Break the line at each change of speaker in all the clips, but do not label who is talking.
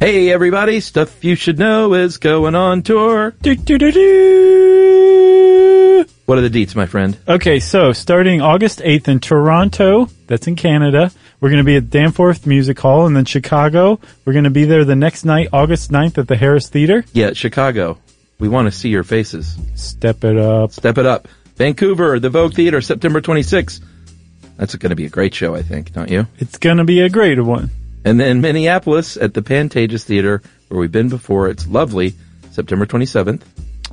Hey everybody, stuff you should know is going on tour.
Do, do, do, do.
What are the deets, my friend?
Okay, so starting August 8th in Toronto, that's in Canada, we're going to be at Danforth Music Hall, and then Chicago, we're going to be there the next night, August 9th at the Harris Theater.
Yeah, Chicago. We want to see your faces.
Step it up.
Step it up. Vancouver, the Vogue Theater, September 26th. That's going to be a great show, I think, don't you?
It's going to be a great one.
And then Minneapolis at the Pantages Theater, where we've been before. It's lovely, September 27th.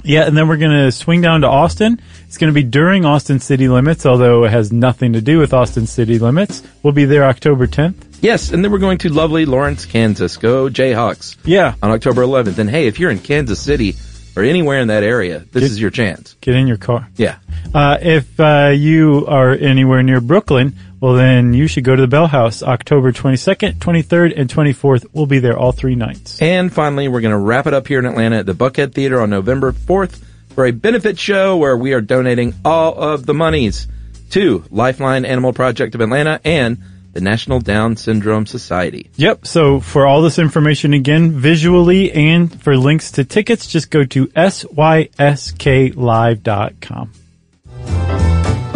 Yeah, and then we're going to swing down to Austin. It's going to be during Austin City Limits, although it has nothing to do with Austin City Limits. We'll be there October 10th.
Yes, and then we're going to lovely Lawrence, Kansas. Go Jayhawks
Yeah,
on October 11th. And hey, if you're in Kansas City or anywhere in that area, this is your chance.
get in your car.
Yeah.
Uh, if uh, you are anywhere near Brooklyn, well, then you should go to the Bell House October 22nd, 23rd, and 24th. We'll be there all three nights.
And finally, we're going to wrap it up here in Atlanta at the Buckhead Theater on November 4th for a benefit show where we are donating all of the monies to Lifeline Animal Project of Atlanta and the National Down Syndrome Society.
Yep. So for all this information again, visually and for links to tickets, just go to sysklive.com.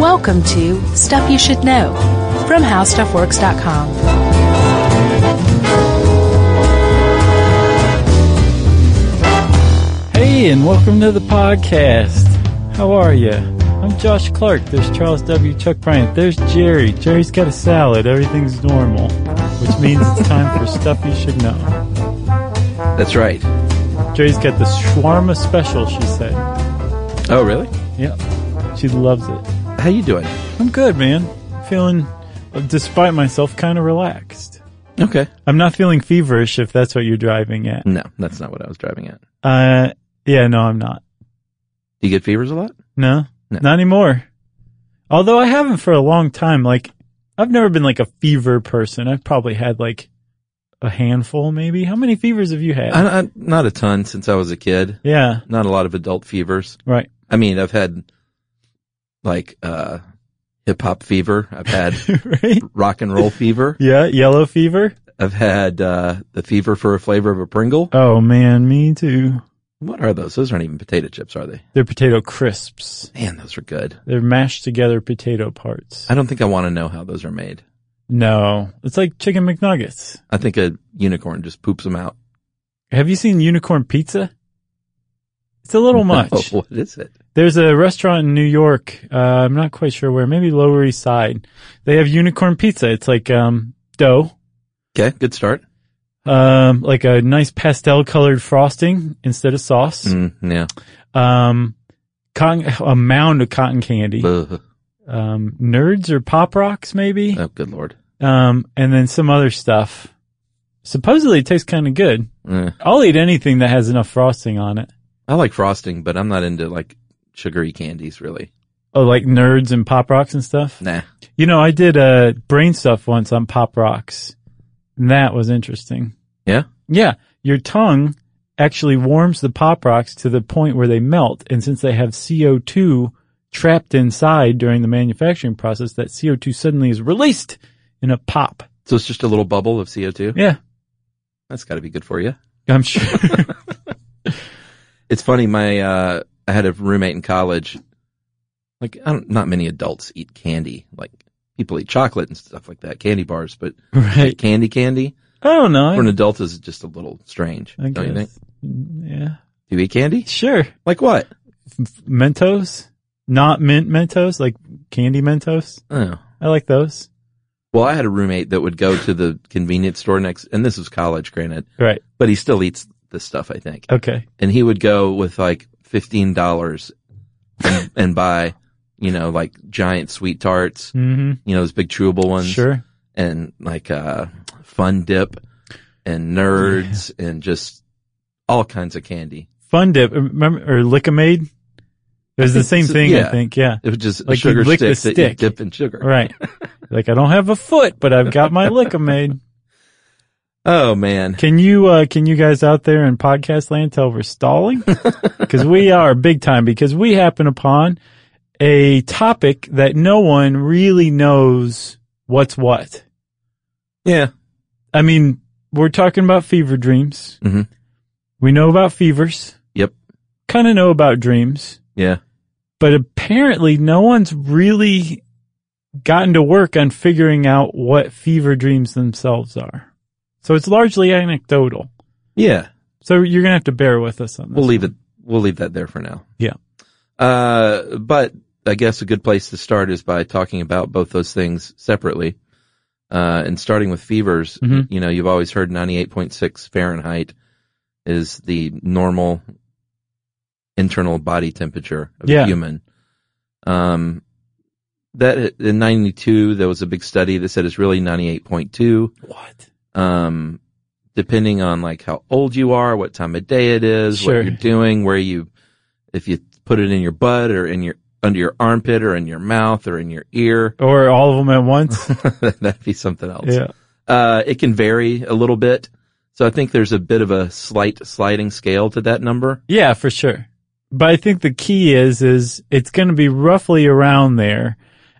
Welcome to Stuff You Should Know from HowStuffWorks.com.
Hey, and welcome to the podcast. How are you? I'm Josh Clark. There's Charles W. Chuck Bryant. There's Jerry. Jerry's got a salad. Everything's normal, which means it's time for stuff you should know.
That's right.
Jerry's got the shawarma special. She said,
Oh, really?
"Yep, she loves it."
How you doing?
I'm good, man. Feeling, despite myself, kind of relaxed.
Okay.
I'm not feeling feverish. If that's what you're driving at,
No, that's not what I was driving at.
uh, yeah, no, I'm not.
Do you get fevers a lot?
No,
No.
not anymore. Although I haven't for a long time. Like, I've never been like a fever person. I've probably had like a handful, maybe. How many fevers have you had?
I, I, not a ton since I was a kid.
yeah,
Not a lot of adult fevers.
right.
I mean, I've had like uh, hip hop fever. I've had
right?
rock and roll fever.
Yeah, yellow fever.
I've had uh, the fever for a flavor of a Pringle.
Oh man, me too.
What are those? Those aren't even potato chips, are they?
They're potato crisps.
Man, those are good.
They're mashed together potato parts.
I don't think I want to know how those are made.
No, it's like chicken McNuggets.
I think a unicorn just poops them out.
Have you seen unicorn pizza? It's a little much.
Oh, what is it?
There's a restaurant in New York. Uh, I'm not quite sure where. Maybe Lower East Side. They have unicorn pizza. It's like um, dough,
Okay, good start.
um, like a nice pastel colored frosting instead of sauce.
Mm, yeah.
Um, cotton, a mound of cotton candy.
Ugh.
Um, nerds or pop rocks, maybe.
Oh, good lord.
Um, and then some other stuff. Supposedly, it tastes kind of good.
Eh.
I'll eat anything that has enough frosting on it.
I like frosting, but I'm not into like sugary candies really.
Oh, like nerds and pop rocks and stuff.
Nah.
You know, I did uh, brain stuff once on Pop Rocks, and that was interesting.
Yeah.
Yeah, your tongue actually warms the Pop Rocks to the point where they melt, and since they have CO2 trapped inside during the manufacturing process, that CO2 suddenly is released in a pop.
So it's just a little bubble of CO2.
Yeah,
That's got to be good for you.
I'm sure.
It's funny. My uh, I had a roommate in college. Like, I don't, not many adults eat candy. Like, people eat chocolate and stuff like that, candy bars. But
right.
candy, candy
I don't know.
for an adult is just a little strange.
I, I
don't you think?
guess. Yeah.
Do you eat candy?
Sure.
Like what?
Mentos, not mint Mentos, like candy Mentos.
Oh.
I like those.
Well, I had a roommate that would go to the convenience store next, and this was college, granted,
Right.
but he still eats this stuff, I think.
Okay.
and he would go with like fifteen dollars and, and buy, you know, like giant sweet tarts,
hmm
you know, those big chewable ones,
Sure.
and like uh, fun dip, and nerds, and just all kinds of candy.
Fun Dip, remember, or Lickamade? It was the same
so,
thing,
yeah.
I think. Yeah.
It was just
Like
a sugar
you'd lick
stick, that
the
you
stick.
dip in sugar.
Right. like I don't have a foot, but I've got my Lickamade.
Oh man,
Can you, uh, can you guys out there in podcast land tell we're stalling? Cause we are big time because we happen upon a topic that no one really knows what's what.
yeah,
I mean, we're talking about fever dreams.
Mhm.
We know about fevers,
Yep.
kind of know about dreams,
Yeah.
but apparently no one's really gotten to work on figuring out what fever dreams themselves are. So it's largely anecdotal.
Yeah.
So you're going to have to bear with us on this.
We'll leave it. We'll leave that there for now.
Yeah.
Uh, but I guess a good place to start is by talking about both those things separately. Uh, and starting with fevers,
Mhm.
you know, you've always heard 98.6 Fahrenheit is the normal internal body temperature of
Yeah.
a human. Um, that in 92, there was a big study that said it's really 98.2
What?
um, depending on like how old you are, what time of day it is,
Sure.
what you're doing, where you, if you put it in your butt or in your, under your armpit or in your mouth or in your ear,
Or all of them at once?
that'd be something else.
yeah.
Uh, it can vary a little bit. So I think there's a bit of a slight sliding scale to that number.
Yeah, for sure. But I think the key is, is it's going to be roughly around there.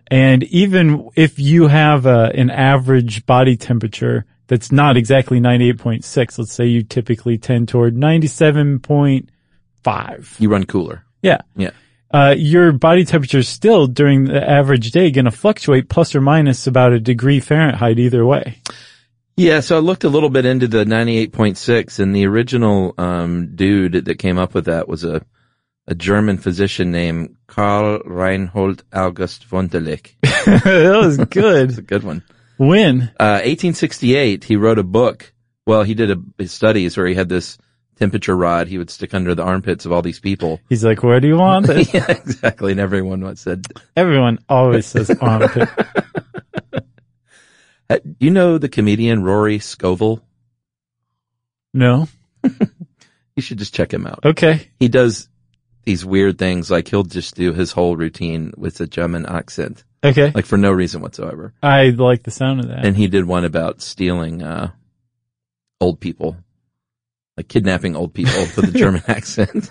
And even if you have a, an average body temperature that's not exactly 98.6, let's say you typically tend toward 97.5.
You run cooler.
Yeah.
Yeah.
Uh, your body temperature is still during the average day going to fluctuate plus or minus about a degree Fahrenheit either way.
Yeah, so I looked a little bit into the 98.6 and the original um, dude that came up with that was a a German physician named Karl Reinhold August von der Lick. It's
that was
a
good.
good one.
Win.
Uh, 1868, he wrote a book. Well, he did a, his studies where he had this temperature rod he would stick under the armpits of all these people.
He's like, where do you want it?
yeah, exactly. And everyone once said,
Everyone always says armpit.
Uh, you know the comedian Rory Scovel?
No.
You should just check him out.
Okay.
he does these weird things like he'll just do his whole routine with a German accent,
Okay.
like for no reason whatsoever.
I like the sound of that.
And he did one about stealing uh old people. Like kidnapping old people with a German accent.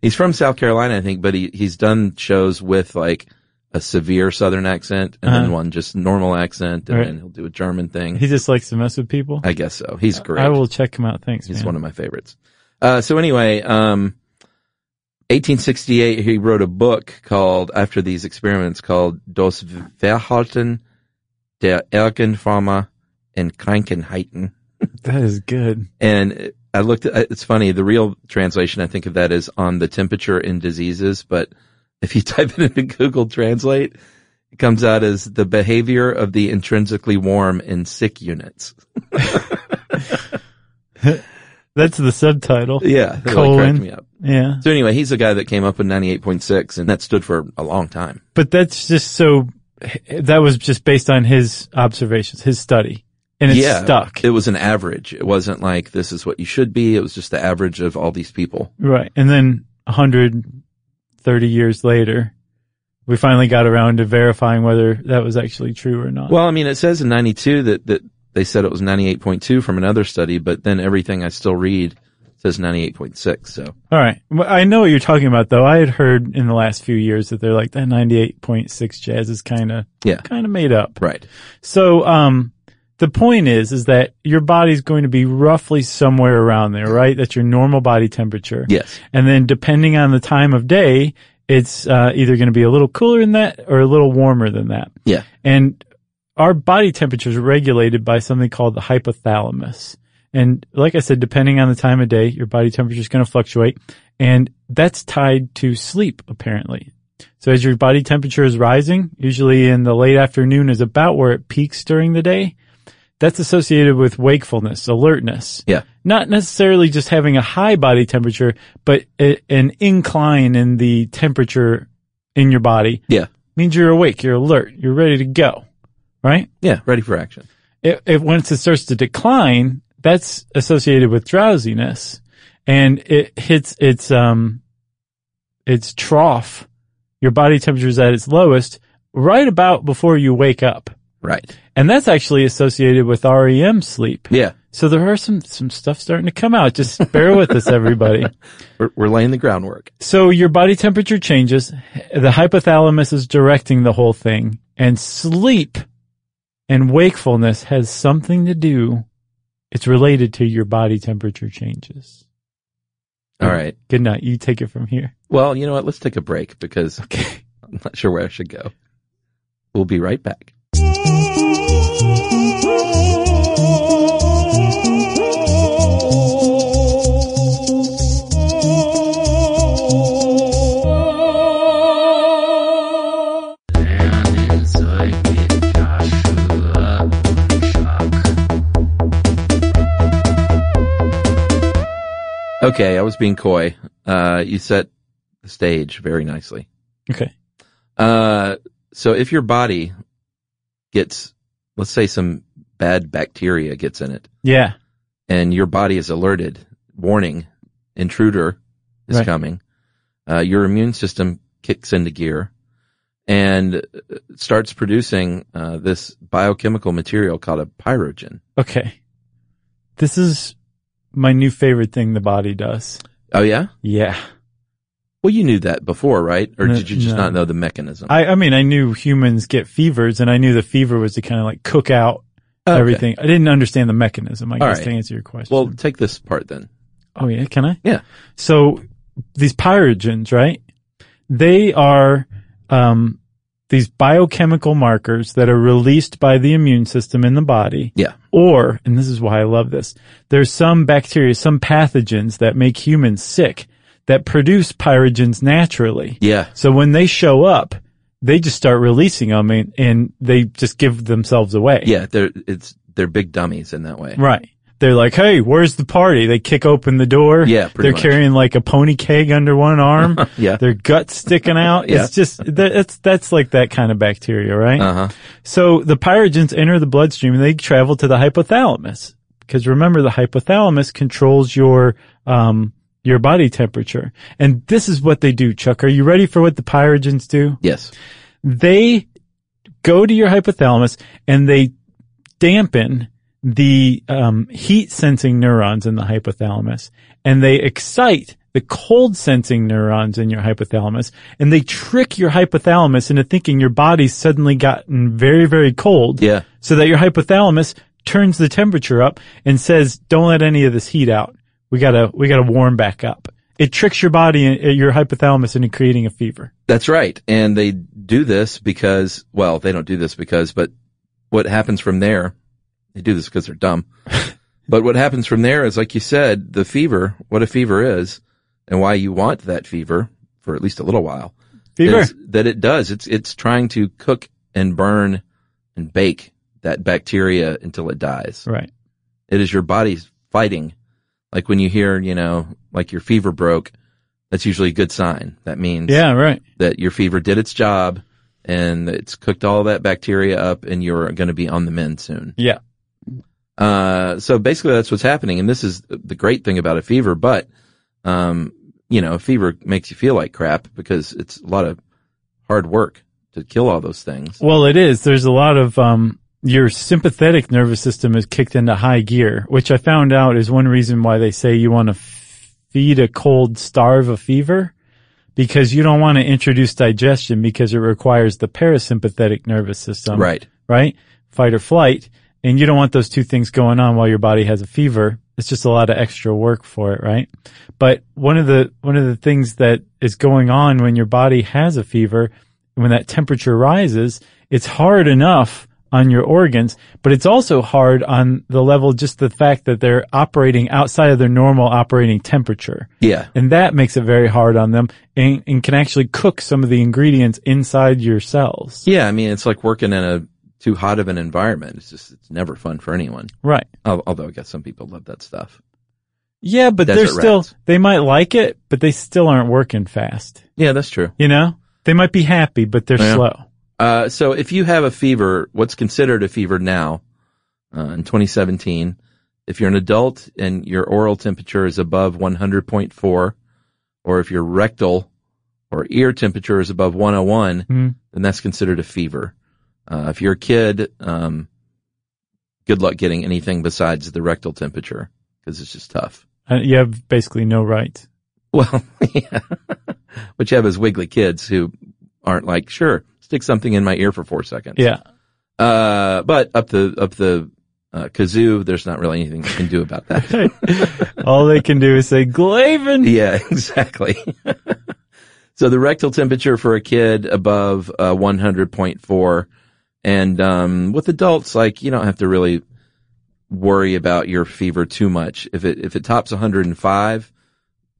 he's from South Carolina, I think, but he he's done shows with like a severe southern accent and then
Uh-huh.
one just normal accent and
Right.
then he'll do a German thing.
he just likes to mess with people.
I guess so. He's great.
I will check him out. Thanks,
He's
man.
one of my favorites. Uh, so anyway, um, 1868, he wrote a book called, after these experiments, called Das Verhalten der Ergenfarmer in Krankenheiten.
that is good.
And I looked at, it's funny, the real translation I think of that is on the temperature in diseases, but if you type it into Google Translate, it comes out as the behavior of the intrinsically warm in sick units.
That's the subtitle.
Yeah. that really cracked
Colon.
me up.
Yeah.
So anyway, he's the guy that came up with 98.6 and that stood for a long time.
But that's just so, that was just based on his observations, his study. And it's
yeah.
stuck.
It was an average. It wasn't like this is what you should be. It was just the average of all these people.
right. And then 130 years later, we finally got around to verifying whether that was actually true or not.
Well, I mean, it says in 92 that, that they said it was 98.2 from another study, but then everything I still read says 98.6. So
All right. Well, I know what you're talking about though. I had heard in the last few years that they're like, that 98.6 jazz is kind of,
yeah,
kind of made up.
right.
So, um, the point is, is that your body's going to be roughly somewhere around there, right? That's your normal body temperature.
Yes.
And then depending on the time of day, it's uh, either going to be a little cooler than that or a little warmer than that.
Yeah.
And our body temperature is regulated by something called the hypothalamus. And like I said, depending on the time of day, your body temperature is going to fluctuate. And that's tied to sleep, apparently. So as your body temperature is rising, usually in the late afternoon is about where it peaks during the day. That's associated with wakefulness, alertness
Yeah.
not necessarily just having a high body temperature, but a, an incline in the temperature in your body
Yeah.
means you're awake, you're alert, you're ready to go, right?
Yeah. Ready for action.
It, it, once it starts to decline, that's associated with drowsiness and it hits its, um, its trough. Your body temperature is at its lowest right about before you wake up.
Right.
And that's actually associated with REM sleep.
Yeah.
So there are some, some stuff starting to come out. Just bear with us, everybody.
We're, we're laying the groundwork.
So your body temperature changes. The hypothalamus is directing the whole thing and sleep and wakefulness has something to do It's related to your body temperature changes.
All right.
Good night. You take it from here.
Well, you know what? Let's take a break because okay. I'm not sure where I should go. We'll be right back. Okay, I was being coy. Uh, you set the stage very nicely.
Okay.
Uh, so if your body gets, let's say some bad bacteria gets in it
Yeah.
and your body is alerted, warning, intruder is
Right.
coming, uh, your immune system kicks into gear and uh, starts producing, uh, this biochemical material called a pyrogen.
Okay. This is my new favorite thing the body does.
Oh yeah?
Yeah.
Well, you knew that before, right? Or
No,
did you just
no.
not know the mechanism?
I, I mean, I knew humans get fevers and I knew the fever was to kind of like cook out
Okay.
uh, everything. I didn't understand the mechanism, I
All
guess,
right.
to answer your question.
Well, take this part then.
oh yeah, can I?
Yeah.
So these pyrogens, right? They are, um, these biochemical markers that are released by the immune system in the body.
Yeah.
Or, and this is why I love this, there's some bacteria, some pathogens that make humans sick that produce pyrogens naturally.
Yeah.
So when they show up, they just start releasing them and, and they just give themselves away.
Yeah. They're, it's, they're big dummies in that way.
Right. They're like, hey, where's the party? They kick open the door.
Yeah, pretty
They're
much.
carrying like a pony keg under one arm.
Yeah.
Their gut sticking out.
Yeah.
It's just, that, it's, that's like that kind of bacteria, right?
Uh huh.
So the pyrogens enter the bloodstream and they travel to the hypothalamus because remember the hypothalamus controls your um your body temperature. And this is what they do, Chuck. Are you ready for what the pyrogens do?
Yes.
They go to your hypothalamus and they dampen the um, heat sensing neurons in the hypothalamus and they excite the cold sensing neurons in your hypothalamus and they trick your hypothalamus into thinking your body's suddenly gotten very, very cold.
Yeah.
So that your hypothalamus turns the temperature up and says, don't let any of this heat out. We gotta, we gotta warm back up. It tricks your body, uh, your hypothalamus into creating a fever.
That's right. And they do this because, well, they don't do this because, but what happens from there, they do this because they're dumb. but what happens from there is, like you said, the fever, what a fever is and why you want that fever for at least a little while
Fever.
is that it does. It's, it's trying to cook and burn and bake that bacteria until it dies.
Right.
It is your body's fighting. Like when you hear, you know, like your fever broke, that's usually a good sign. That means
Yeah, right.
that your fever did its job and it's cooked all that bacteria up and you're going to be on the mend soon.
Yeah.
Uh, so basically that's what's happening. And this is the great thing about a fever, but, um, you know, a fever makes you feel like crap because it's a lot of hard work to kill all those things.
Well, it is. There's a lot of um, your sympathetic nervous system is kicked into high gear, which I found out is one reason why they say you want to feed a cold, starve a fever, because you don't want to introduce digestion because it requires the parasympathetic nervous system,
Right.
Right, fight or flight, and you don't want those two things going on while your body has a fever. It's just a lot of extra work for it, right? But one of the one of the things that is going on when your body has a fever, when that temperature rises, it's hard enough on your organs, but it's also hard on the level just the fact that they're operating outside of their normal operating temperature.
Yeah.
And that makes it very hard on them and, and can actually cook some of the ingredients inside your cells.
Yeah. I mean, it's like working in a too hot of an environment. It's just, it's never fun for anyone.
Right.
Al- Although I guess some people love that stuff.
Yeah, but
Desert
they're still,
rats.
they might like it, but they still aren't working fast.
Yeah, that's true.
You know, they might be happy, but they're
Yeah.
slow.
Uh, so if you have a fever, what's considered a fever now, uh, in 2017, if you're an adult and your oral temperature is above 100.4, or if your rectal or ear temperature is above 101,
Hmm.
then that's considered a fever. Uh, if you're a kid, um, good luck getting anything besides the rectal temperature because it's just tough.
Uh, you have basically no right.
Well, yeah. What you have is wiggly kids who aren't like, sure, stick something in my ear for four seconds.
Yeah.
Uh, but up the up the uh, kazoo, there's not really anything you can do about that.
All they can do is say Glavin.
yeah, exactly. so the rectal temperature for a kid above uh, 100.4, and um, with adults, like you don't have to really worry about your fever too much. If it if it tops 105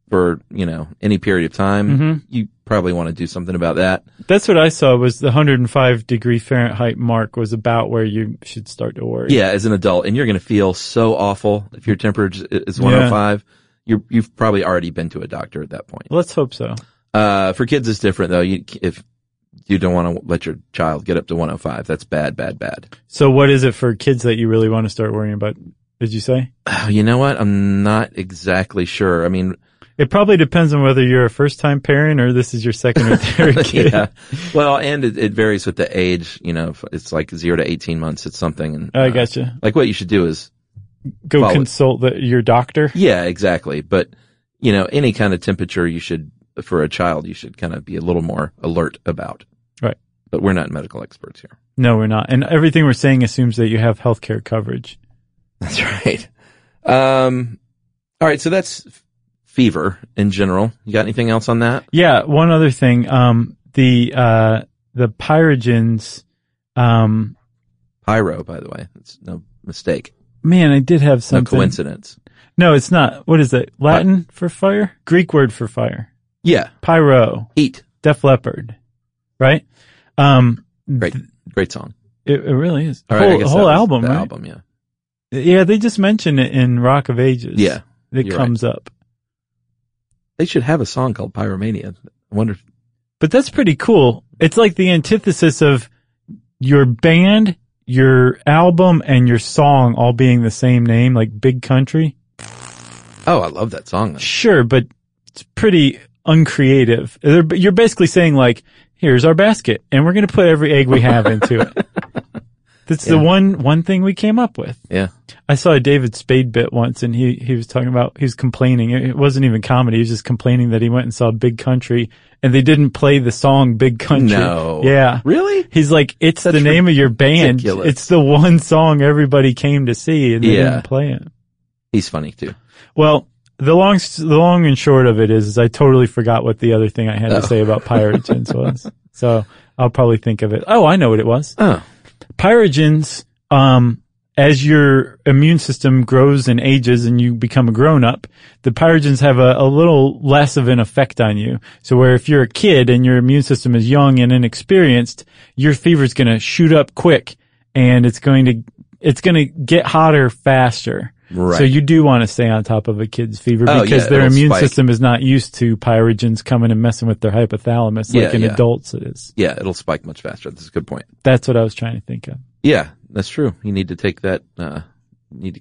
for you know any period of time, you probably want to do something about that.
That's what I saw was the 105 degree Fahrenheit mark was about where you should start to worry.
Yeah, as an adult, and you're going to feel so awful if your temperature is 105. You're, you've probably already been to a doctor at that point.
Let's hope so.
Uh, for kids, it's different though. You, if you don't want to let your child get up to 105, that's bad, bad, bad.
So what is it for kids that you really want to start worrying about? Did you say?
Oh, you know what? I'm not exactly sure. I mean,
It probably depends on whether you're a first time parent or this is your second or third kid.
yeah. Well, and it, it varies with the age. You know, if it's like zero to 18 months. It's something. And,
Oh, I
uh,
gotcha.
Like what you should do is,
Go
Follow it.
consult the, your doctor.
yeah, exactly. But you know, any kind of temperature you should, for a child, you should kind of be a little more alert about.
Right.
But we're not medical experts here.
No, we're not. And everything we're saying assumes that you have healthcare coverage.
That's right. Um, all right. So that's f- fever in general. You got anything else on that?
Yeah. One other thing. Um, the, uh, the pyrogens, um,
Pyro, by the way. It's no mistake.
man, I did have
No
something.
coincidence.
No, it's not. What is it? Latin for fire? Greek word for fire.
Yeah.
Pyro.
Heat.
Def Leppard. Right? Um,
Great. Great song.
it, it really is.
All right. I
whole
guess that
whole
was
album,
The
right?
album. Yeah.
Yeah, they just mention it in Rock of Ages.
Yeah.
It
you're
comes up.
They should have a song called Pyromania. I wonder. if-
But that's pretty cool. It's like the antithesis of your band, your album, and your song all being the same name, like Big Country.
Oh, I love that song.
Sure, but it's pretty uncreative. They're- You're basically saying like, here's our basket, and we're going to put every egg we have into it. That's the
Yeah.
one one thing we came up with.
Yeah.
I saw a David Spade bit once and he, he was talking about, he was complaining. It wasn't even comedy. He was just complaining that he went and saw Big Country and they didn't play the song Big Country.
No.
Yeah.
Really?
He's like, it's the name of your band.
ridiculous.
It's the one song everybody came to see and they
Yeah.
didn't play it.
He's funny too.
Well, the long, s- the long and short of it is, is I totally forgot what the other thing I had
Oh.
to say about pyrogens was. So I'll probably think of it. Oh, I know what it was
Oh,
pyrogens, um, as your immune system grows and ages and you become a grown up, the pyrogens have a, a little less of an effect on you. So where if you're a kid and your immune system is young and inexperienced, your fever's going to shoot up quick and it's going to, it's going to get hotter faster.
Right.
So you do want to stay on top of a kid's fever
Oh,
because
yeah,
their
it'll
immune
spike.
system is not used to pyrogens coming and messing with their hypothalamus
Yeah,
like in
yeah.
adults is.
yeah. It'll spike much faster. That's a good point.
That's what I was trying to think of.
Yeah, that's true. You need to take that. Uh, need to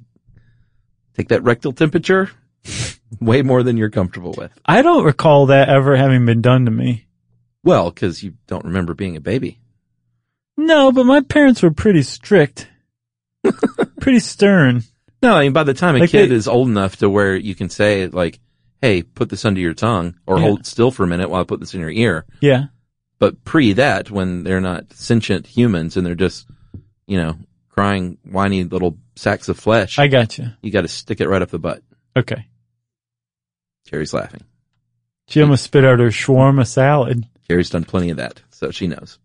take that rectal temperature way more than you're comfortable with.
I don't recall that ever having been done to me.
Well, because you don't remember being a baby.
No, but my parents were pretty strict, pretty stern.
No, I mean by the time a
Like
kid
they-
is old enough to where you can say like, "Hey, put this under your tongue," or
Yeah.
"Hold still for a minute while I put this in your ear."
Yeah,
But pre that, when they're not sentient humans and they're just, you know, crying, whiny little sacks of flesh,
I got you.
you got to stick it right up the butt.
Okay.
Carrie's laughing.
She almost spit out her shawarma salad.
Carrie's done plenty of that, so she knows.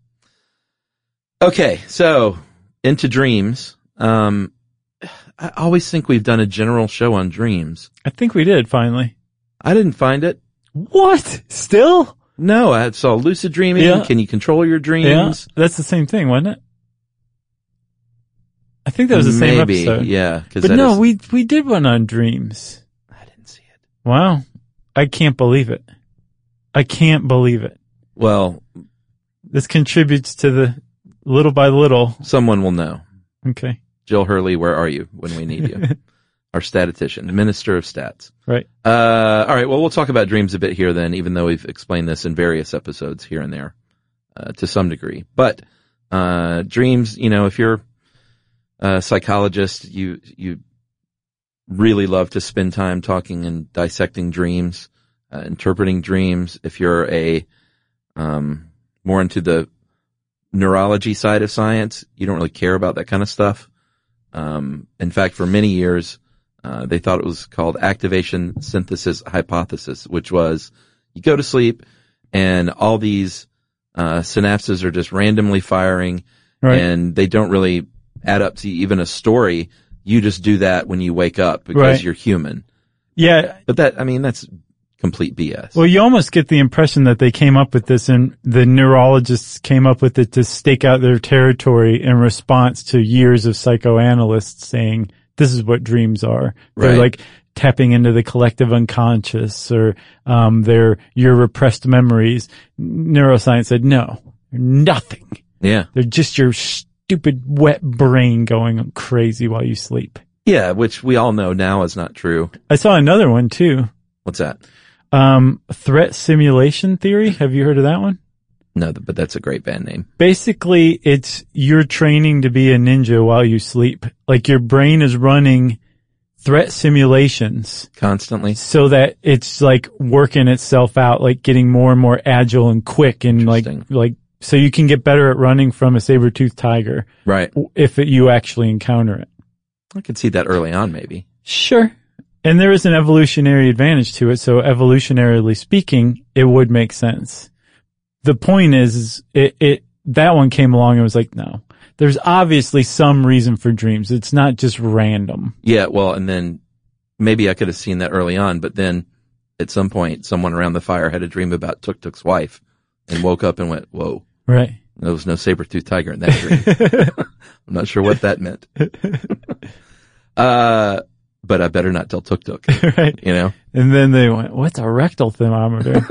Okay, so into dreams. Um, I always think we've done a general show on dreams.
I think we did finally.
I didn't find it.
What? Still?
No, I saw lucid dreaming.
Yeah.
Can you control your
Yeah,
dreams?
that's the same thing, wasn't it? I think that was the same
Maybe,
episode.
Yeah, because
but no, we we did one on dreams.
I didn't see it.
Wow, I can't believe it. I can't believe it.
Well,
This contributes to the little by little.
someone will know.
Okay,
Jill Hurley, where are you when we need you? Our statistician, minister of stats.
right.
Uh, all right. Well, we'll talk about dreams a bit here then, even though we've explained this in various episodes here and there, uh, to some degree. But, uh, dreams, you know, if you're a psychologist, you, you really love to spend time talking and dissecting dreams, uh, interpreting dreams. If you're a, um, more into the neurology side of science, you don't really care about that kind of stuff. Um, in fact, for many years, uh, they thought it was called activation synthesis hypothesis, which was you go to sleep and all these uh, synapses are just randomly firing
Right.
and they don't really add up to even a story. You just do that when you wake up because
Right.
you're human.
Yeah.
But that, I mean, that's complete BS.
Well, you almost get the impression that they came up with this and the neurologists came up with it to stake out their territory in response to years of psychoanalysts saying, this is what dreams are. They're
Right.
like tapping into the collective unconscious or, um, their, your repressed memories. Neuroscience said, no, nothing.
yeah.
They're just your stupid wet brain going crazy while you sleep.
Yeah. Which we all know now is not true.
I saw another one too.
What's that?
Um, threat simulation theory. Have you heard of that one?
No, th- but that's a great band name.
Basically, it's you're training to be a ninja while you sleep. Like your brain is running threat simulations
Constantly.
so that it's like working itself out, like getting more and more agile and quick and like,
Interesting.
like, so you can get better at running from a saber-toothed tiger
Right.
if it, you actually encounter it.
I could see that early on, maybe.
Sure. And there is an evolutionary advantage to it. So evolutionarily speaking, it would make sense. The point is, is it, it, that one came along and was like, no, there's obviously some reason for dreams. It's not just random.
Yeah. Well, and then maybe I could have seen that early on, but then at some point, someone around the fire had a dream about Tuk Tuk's wife and woke up and went, whoa,
Right.
there was no saber toothed tiger in that dream. I'm not sure what that meant. uh, but I better not tell Tuk Tuk,
right.
you know?
And then they went, what's a rectal thermometer?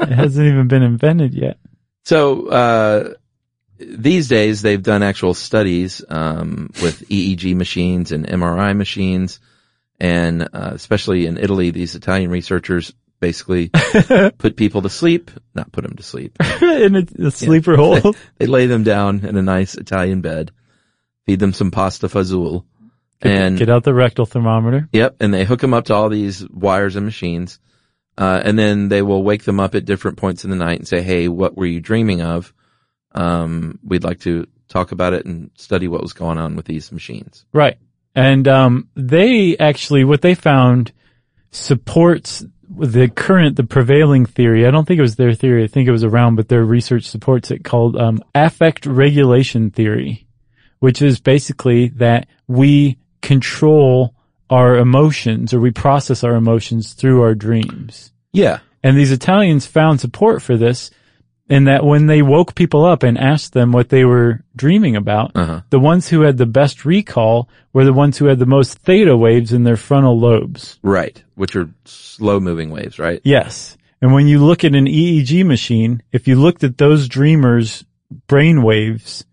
it hasn't even been invented yet.
So, uh, these days they've done actual studies, um, with EEG machines and MRI machines. And, uh, especially in Italy, these Italian researchers basically put people to sleep, not put them to sleep.
In a, a sleeper hole.
They lay them down in a nice Italian bed, feed them some pasta fazool. And
Get out the rectal thermometer.
Yep, and they hook them up to all these wires and machines, uh, and then they will wake them up at different points in the night and say, "Hey, what were you dreaming of? Um, we'd like to talk about it and study what was going on with these machines."
Right. And um, they actually, what they found supports the current, the prevailing theory. I don't think it was their theory. I think it was around, but their research supports it called um, affect regulation theory, which is basically that we control our emotions or we process our emotions through our dreams.
Yeah,
And these Italians found support for this in that when they woke people up and asked them what they were dreaming about,
Uh-huh.
the ones who had the best recall were the ones who had the most theta waves in their frontal lobes.
right. Which are slow-moving waves, right?
Yes. And when you look at an EEG machine, if you looked at those dreamers' brain waves,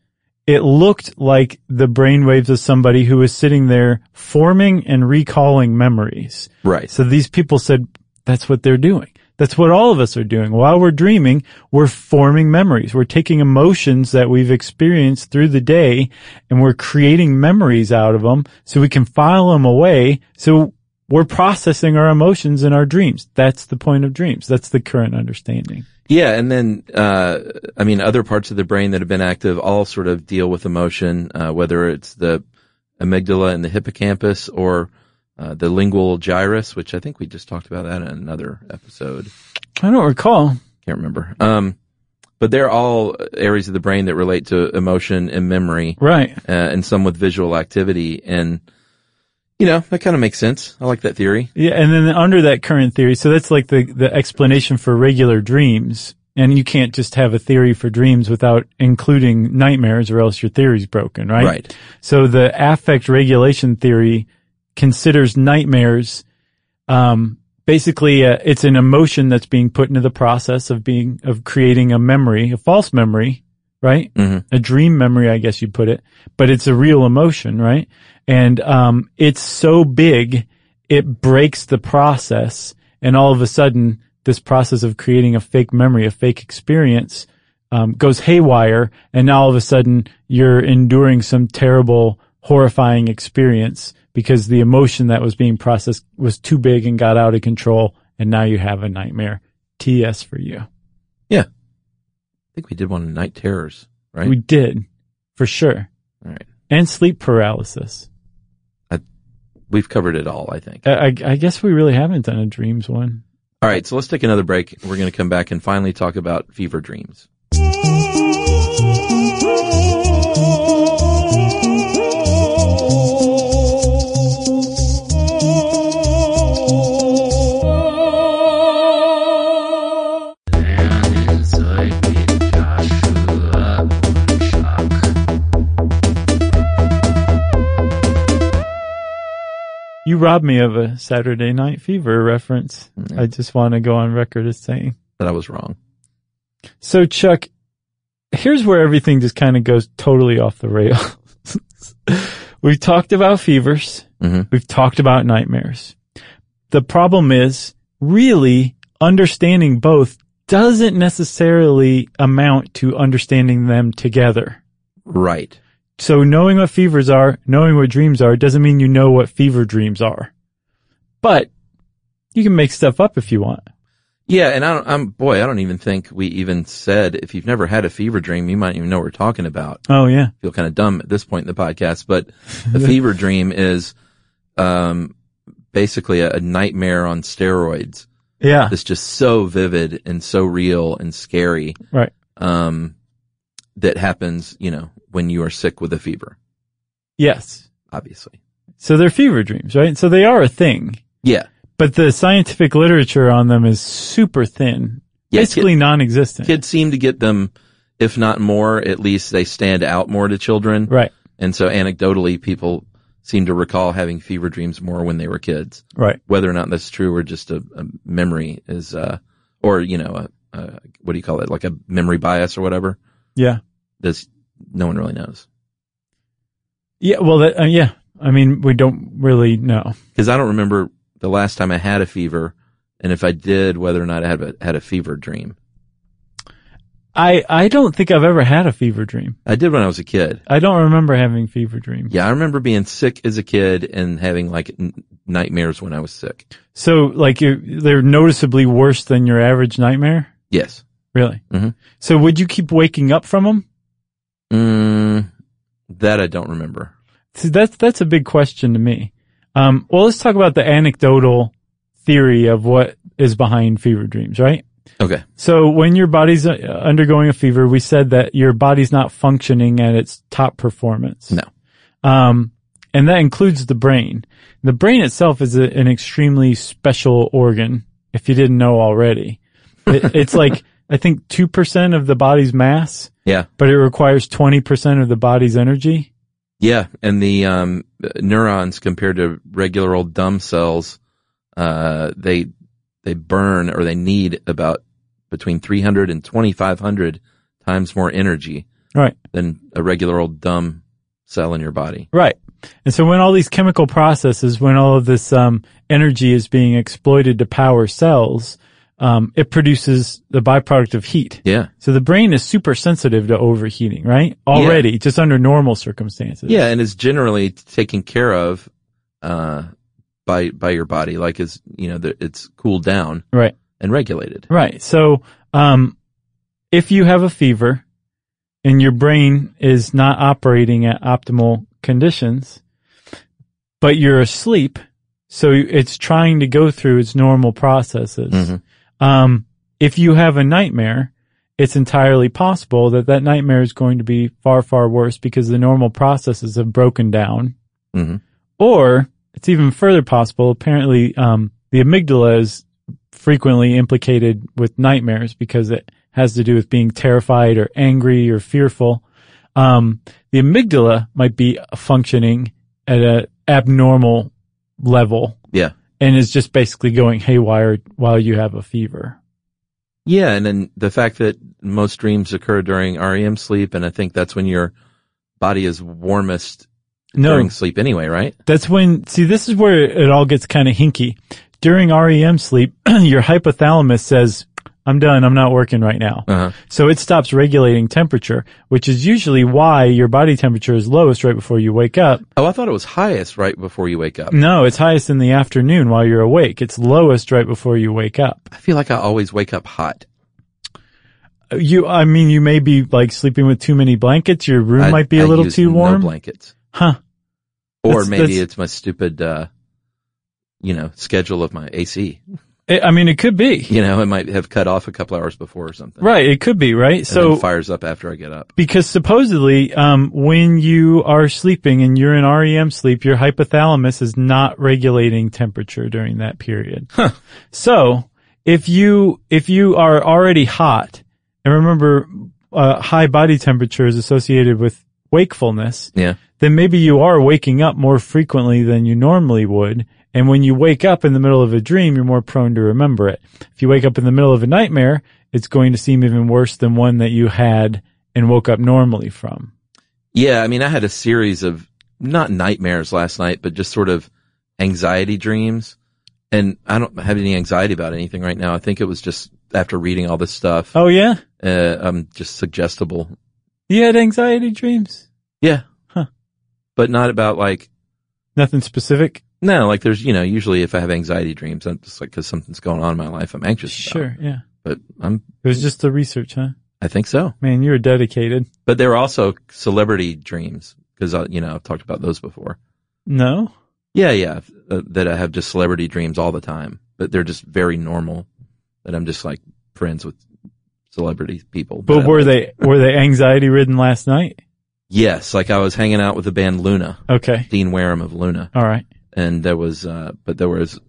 it looked like the brain waves of somebody who was sitting there forming and recalling memories.
Right.
So these people said, that's what they're doing. That's what all of us are doing. While we're dreaming, we're forming memories. We're taking emotions that we've experienced through the day and we're creating memories out of them so we can file them away. So we're processing our emotions in our dreams. That's the point of dreams. That's the current understanding.
Yeah, and then uh, I mean, other parts of the brain that have been active all sort of deal with emotion, uh, whether it's the amygdala and the hippocampus or uh, the lingual gyrus, which I think we just talked about that in another episode.
I don't recall.
Can't remember. Um, but they're all areas of the brain that relate to emotion and memory,
Right.
uh, and some with visual activity. And you know, that kind of makes sense. I like that theory.
Yeah, and then under that current theory, so that's like the, the explanation for regular dreams. And you can't just have a theory for dreams without including nightmares or else your theory's broken, right?
Right.
So the affect regulation theory considers nightmares, um, basically uh, it's an emotion that's being put into the process of being, of creating a memory, a false memory, right?
Mhm.
a dream memory, I guess you put it, but it's a real emotion, right? And um, it's so big, it breaks the process, and all of a sudden, this process of creating a fake memory, a fake experience, um, goes haywire, and now all of a sudden, you're enduring some terrible, horrifying experience because the emotion that was being processed was too big and got out of control, and now you have a nightmare. TS for you.
I think we did one in night terrors, right?
We did, for sure.
all right.
And sleep paralysis.
We've covered it all, I think.
I, I- I guess we really haven't done a dreams one.
All right, so let's take another break. We're going to come back and finally talk about fever dreams.
You robbed me of a Saturday Night Fever reference. I just want to go on record as saying.
That I was wrong.
So Chuck, here's where everything just kind of goes totally off the rails. We've talked about fevers.
Mhm.
We've talked about nightmares. The problem is really understanding both doesn't necessarily amount to understanding them together.
Right.
So knowing what fevers are, knowing what dreams are, doesn't mean you know what fever dreams are. But you can make stuff up if you want.
Yeah, and I don't, I'm boy, I don't even think we even said if you've never had a fever dream, you might even know what we're talking about.
Oh yeah.
feel kind of dumb at this point in the podcast, but a fever dream is um, basically a, a nightmare on steroids.
Yeah.
It's just so vivid and so real and scary
Right.
um, that happens, you know, when you are sick with a fever,
Yes.
obviously.
So they're fever dreams, right? So they are a thing,
Yeah.
but the scientific literature on them is super thin.
Yeah,
basically non-existent.
Kids seem to get them, if not more, at least they stand out more to children.
Right.
And so anecdotally, people seem to recall having fever dreams more when they were kids.
Right.
whether or not that's true or just a, a memory is, uh, or, you know, a, a, what do you call it? Like a memory bias or whatever.
Yeah.
This, no one really knows.
Yeah. Well, that, uh, yeah. I mean, we don't really know.
Cause I don't remember the last time I had a fever and if I did, whether or not I had a, had a fever dream.
I, I don't think I've ever had a fever dream.
I did when I was a kid.
I don't remember having fever dreams.
Yeah. I remember being sick as a kid and having like n- nightmares when I was sick.
So like you're, they're noticeably worse than your average nightmare.
Yes.
Really?
Mhm.
So would you keep waking up from them?
Mm, that I don't remember.
See, that's, that's a big question to me. Um, well, let's talk about the anecdotal theory of what is behind fever dreams, right?
Okay.
So when your body's uh, undergoing a fever, we said that your body's not functioning at its top performance.
No.
Um, and that includes the brain. The brain itself is a, an extremely special organ, if you didn't know already. It, it's like, I think 2% of the body's mass,
Yeah.
but it requires 20% of the body's energy.
Yeah, and the um, neurons compared to regular old dumb cells, uh, they they burn or they need about between 300 and 2500 times more energy
Right.
than a regular old dumb cell in your body.
Right. And so when all these chemical processes, when all of this um, energy is being exploited to power cells, um, it produces the byproduct of heat.
Yeah.
So the brain is super sensitive to overheating, right? Already, just under normal circumstances.
Yeah, and is generally taken care of uh, by by your body like is, you know, the, it's cooled down
Right.
and regulated.
Right. So, um, if you have a fever and your brain is not operating at optimal conditions, but you're asleep, so it's trying to go through its normal processes.
Mhm.
Um, if you have a nightmare, it's entirely possible that that nightmare is going to be far, far worse because the normal processes have broken down.
Mhm.
Or it's even further possible. Apparently, um, the amygdala is frequently implicated with nightmares because it has to do with being terrified or angry or fearful. Um, the amygdala might be functioning at a abnormal level
Yeah.
and is just basically going haywire while you have a fever.
Yeah, and then the fact that most dreams occur during REM sleep, and I think that's when your body is warmest
No,
during sleep anyway, right?
that's when, see, this is where it all gets kind of hinky. During REM sleep, your hypothalamus says, I'm done. I'm not working right now.
Uh-huh.
So it stops regulating temperature, which is usually why your body temperature is lowest right before you wake up.
Oh, I thought it was highest right before you wake up.
No, it's highest in the afternoon while you're awake. It's lowest right before you wake up.
I feel like I always wake up hot.
Uh, You, I mean, you may be like sleeping with too many blankets. Your room
I,
might be
a
a little too warm.
No blankets,
huh.
or
That's-
maybe
that's-
it's my stupid uh, you know, schedule of my AC.
I I mean, it could be.
You know, it might have cut off a couple hours before or something.
Right. It could be, right?
And then
So,
fires up after I get up.
because supposedly, um, when you are sleeping and you're in REM sleep, your hypothalamus is not regulating temperature during that period. So if you, if you are already hot and remember, uh, high body temperature is associated with wakefulness,
Yeah.
then maybe you are waking up more frequently than you normally would. And when you wake up in the middle of a dream, you're more prone to remember it. If you wake up in the middle of a nightmare, it's going to seem even worse than one that you had and woke up normally from.
Yeah, I mean, I had a series of not nightmares last night, but just sort of anxiety dreams. And I don't have any anxiety about anything right now. I think it was just after reading all this stuff.
Oh yeah?
Uh, I'm just suggestible.
You had anxiety dreams?
Yeah.
Huh.
But not about like,
Nothing specific?
no, like there's, you know, usually if I have anxiety dreams, I'm just like, cause something's going on in my life, I'm anxious. about.
Sure, yeah.
But I'm,
Oh. It was just the research, huh?
I think so.
Man, you were dedicated.
But there are also celebrity dreams because, you know, I've talked about those before.
No?
Yeah, yeah, uh, that I have just celebrity dreams all the time, but they're just very normal. That I'm just like friends with celebrity people. uh, that
But
I
were
like.
they, were they anxiety ridden last night?
Yes, like I was hanging out with the band Luna,
Okay.
Dean Wareham of Luna,
All right.
and there was, uh, but there was,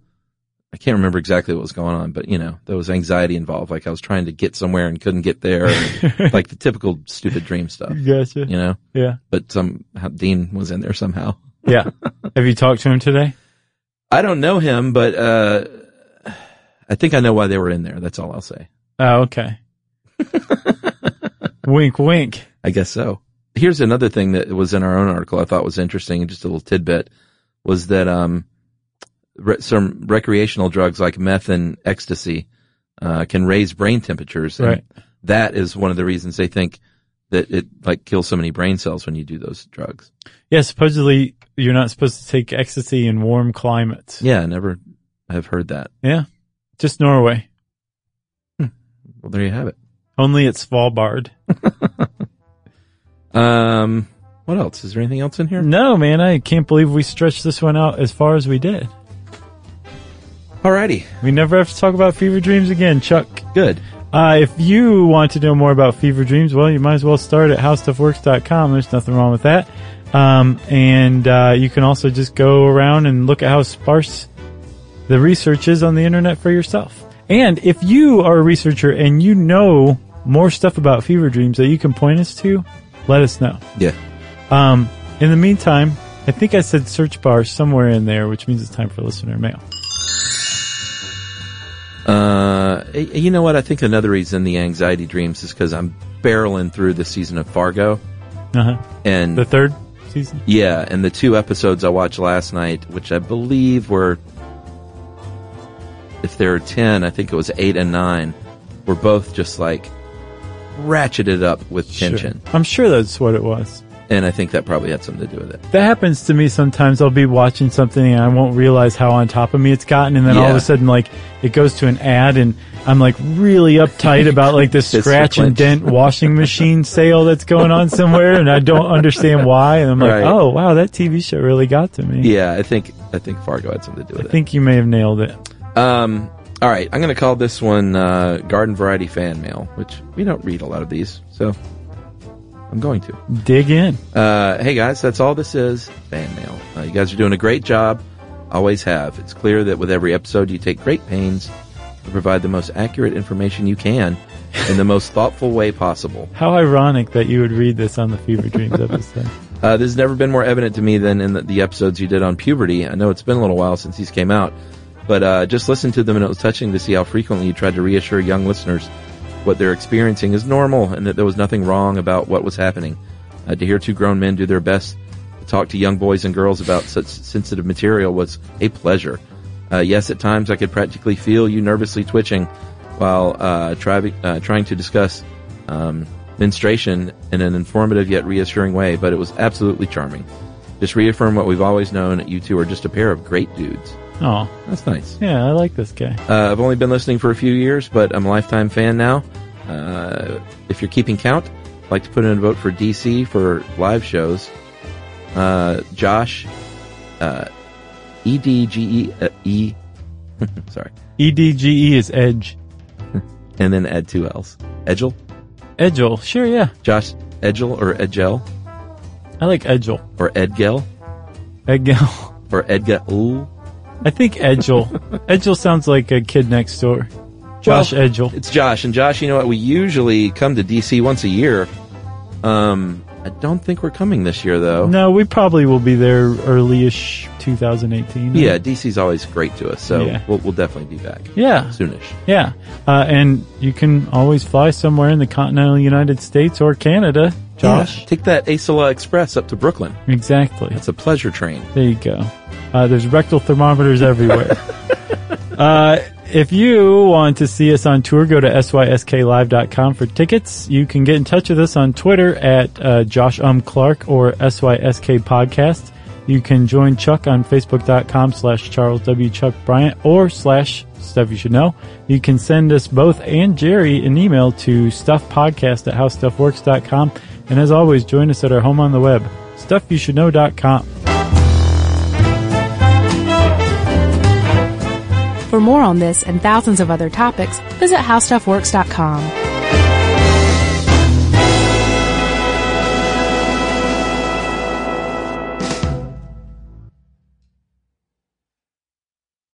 I can't remember exactly what was going on, but you know, there was anxiety involved. Like I was trying to get somewhere and couldn't get there, and, like the typical stupid dream stuff,
Gotcha.
you know.
Yeah.
But somehow Dean was in there somehow.
Yeah. Have you talked to him today?
I don't know him, but uh, I think I know why they were in there. That's all I'll say.
Oh, okay. wink, wink.
I guess so. Here's another thing that was in our own article I thought was interesting, and just a little tidbit, was that um, re- some recreational drugs like meth and ecstasy uh, can raise brain temperatures. and
Right.
That is one of the reasons they think that it like kills so many brain cells when you do those drugs.
Yeah, supposedly you're not supposed to take ecstasy in warm climates.
Yeah, I never have heard that.
Yeah. Just Norway.
Well, there you have it.
Only at Svalbard.
Um, what else? Is there anything else in here?
No, man, I can't believe we stretched this one out as far as we did.
Alrighty,
We never have to talk about fever dreams again, Chuck.
good.
Uh, if you want to know more about fever dreams, well, you might as well start at howstuffworks.com. There's nothing wrong with that. Um, and uh, you can also just go around and look at how sparse the research is on the internet for yourself. And if you are a researcher and you know more stuff about fever dreams that you can point us to, let us know.
Yeah.
Um, in the meantime, I think I said search bar somewhere in there, which means it's time for listener mail.
Uh, y- you know what? I think another reason the anxiety dreams is because I'm barreling through the season of Fargo,
Uh-huh.
and
The third season.
yeah, and the two episodes I watched last night, which I believe were, if there are ten, I think it was eight and nine, were both just like ratcheted up with tension,
Sure. I'm sure that's what it was.
and I think that probably had something to do with it.
That happens to me sometimes. I'll be watching something and I won't realize how on top of me it's gotten, and then all of
Yeah.
a sudden, like it goes to an ad, and I'm like really uptight about like this
Fists
scratch and
clenched.
dent washing machine sale that's going on somewhere, and I don't understand why. And I'm like,
Right.
oh wow, that TV show really got to me.
Yeah, I think I think Fargo had something to do
I
with
think you may have nailed it.
it. Um, all right, I'm going to call this one uh, Garden Variety Fan Mail, which we don't read a lot of these, so I'm going to.
Dig in.
Uh, hey guys, that's all this is. Fan mail. Uh, you guys are doing a great job. Always have. It's clear that with every episode, you take great pains to provide the most accurate information you can in the most thoughtful way possible.
How ironic that you would read this on the Fever Dreams episode.
Uh, this has never been more evident to me than in the, the episodes you did on puberty. I know it's been a little while since these came out, but uh, just listen to them, and it was touching to see how frequently you tried to reassure young listeners what they're experiencing is normal and that there was nothing wrong about what was happening. Uh, to hear two grown men do their best to talk to young boys and girls about such sensitive material was a pleasure. Uh, yes, at times I could practically feel you nervously twitching while uh, try, uh, trying to discuss um, menstruation in an informative yet reassuring way, but it was absolutely charming. Just reaffirm what we've always known. You two are just a pair of great dudes.
Oh,
That's nice.
yeah, I like this guy.
Uh, I've only been listening for a few years, but I'm a lifetime fan now. Uh, if you're keeping count, I'd like to put in a vote for DC for live shows. Uh, Josh, uh, E D G E uh, E. Sorry,
E EDGE is edge.
and then add two L's. Edgel,
Edgel. Sure, yeah.
Josh Edgel or Edgel
I like Edgel.
or Edgel
Edgel.
or Edga. Ooh,
I think Edgel. Edgel sounds like a kid next door. Josh
Well,
Edgel.
It's Josh, and Josh, you know what? We usually come to DC once a year. Um, I don't think we're coming this year though.
No, we probably will be there early-ish 2018.
Yeah, DC's always great to us, so
Yeah.
we'll, we'll definitely be back
Yeah.
soonish.
Yeah. Uh, and you can always fly somewhere in the continental United States or Canada, Josh.
Yeah, take that Acela Express up to Brooklyn.
Exactly.
That's a pleasure train.
There you go. Uh, there's rectal thermometers everywhere. uh, if you want to see us on tour, go to sysklive.com for tickets. You can get in touch with us on Twitter at uh, Josh Um Clark or SYSK Podcast. You can join Chuck on Facebook.com slash Charles W. Chuck Bryant or slash Stuff You Should Know. You can send us both and Jerry an email to stuffpodcast at howstuffworks.com. And as always, join us at our home on the web, stuffyoushouldknow.com.
For more on this and thousands of other topics, visit howstuffworks.com.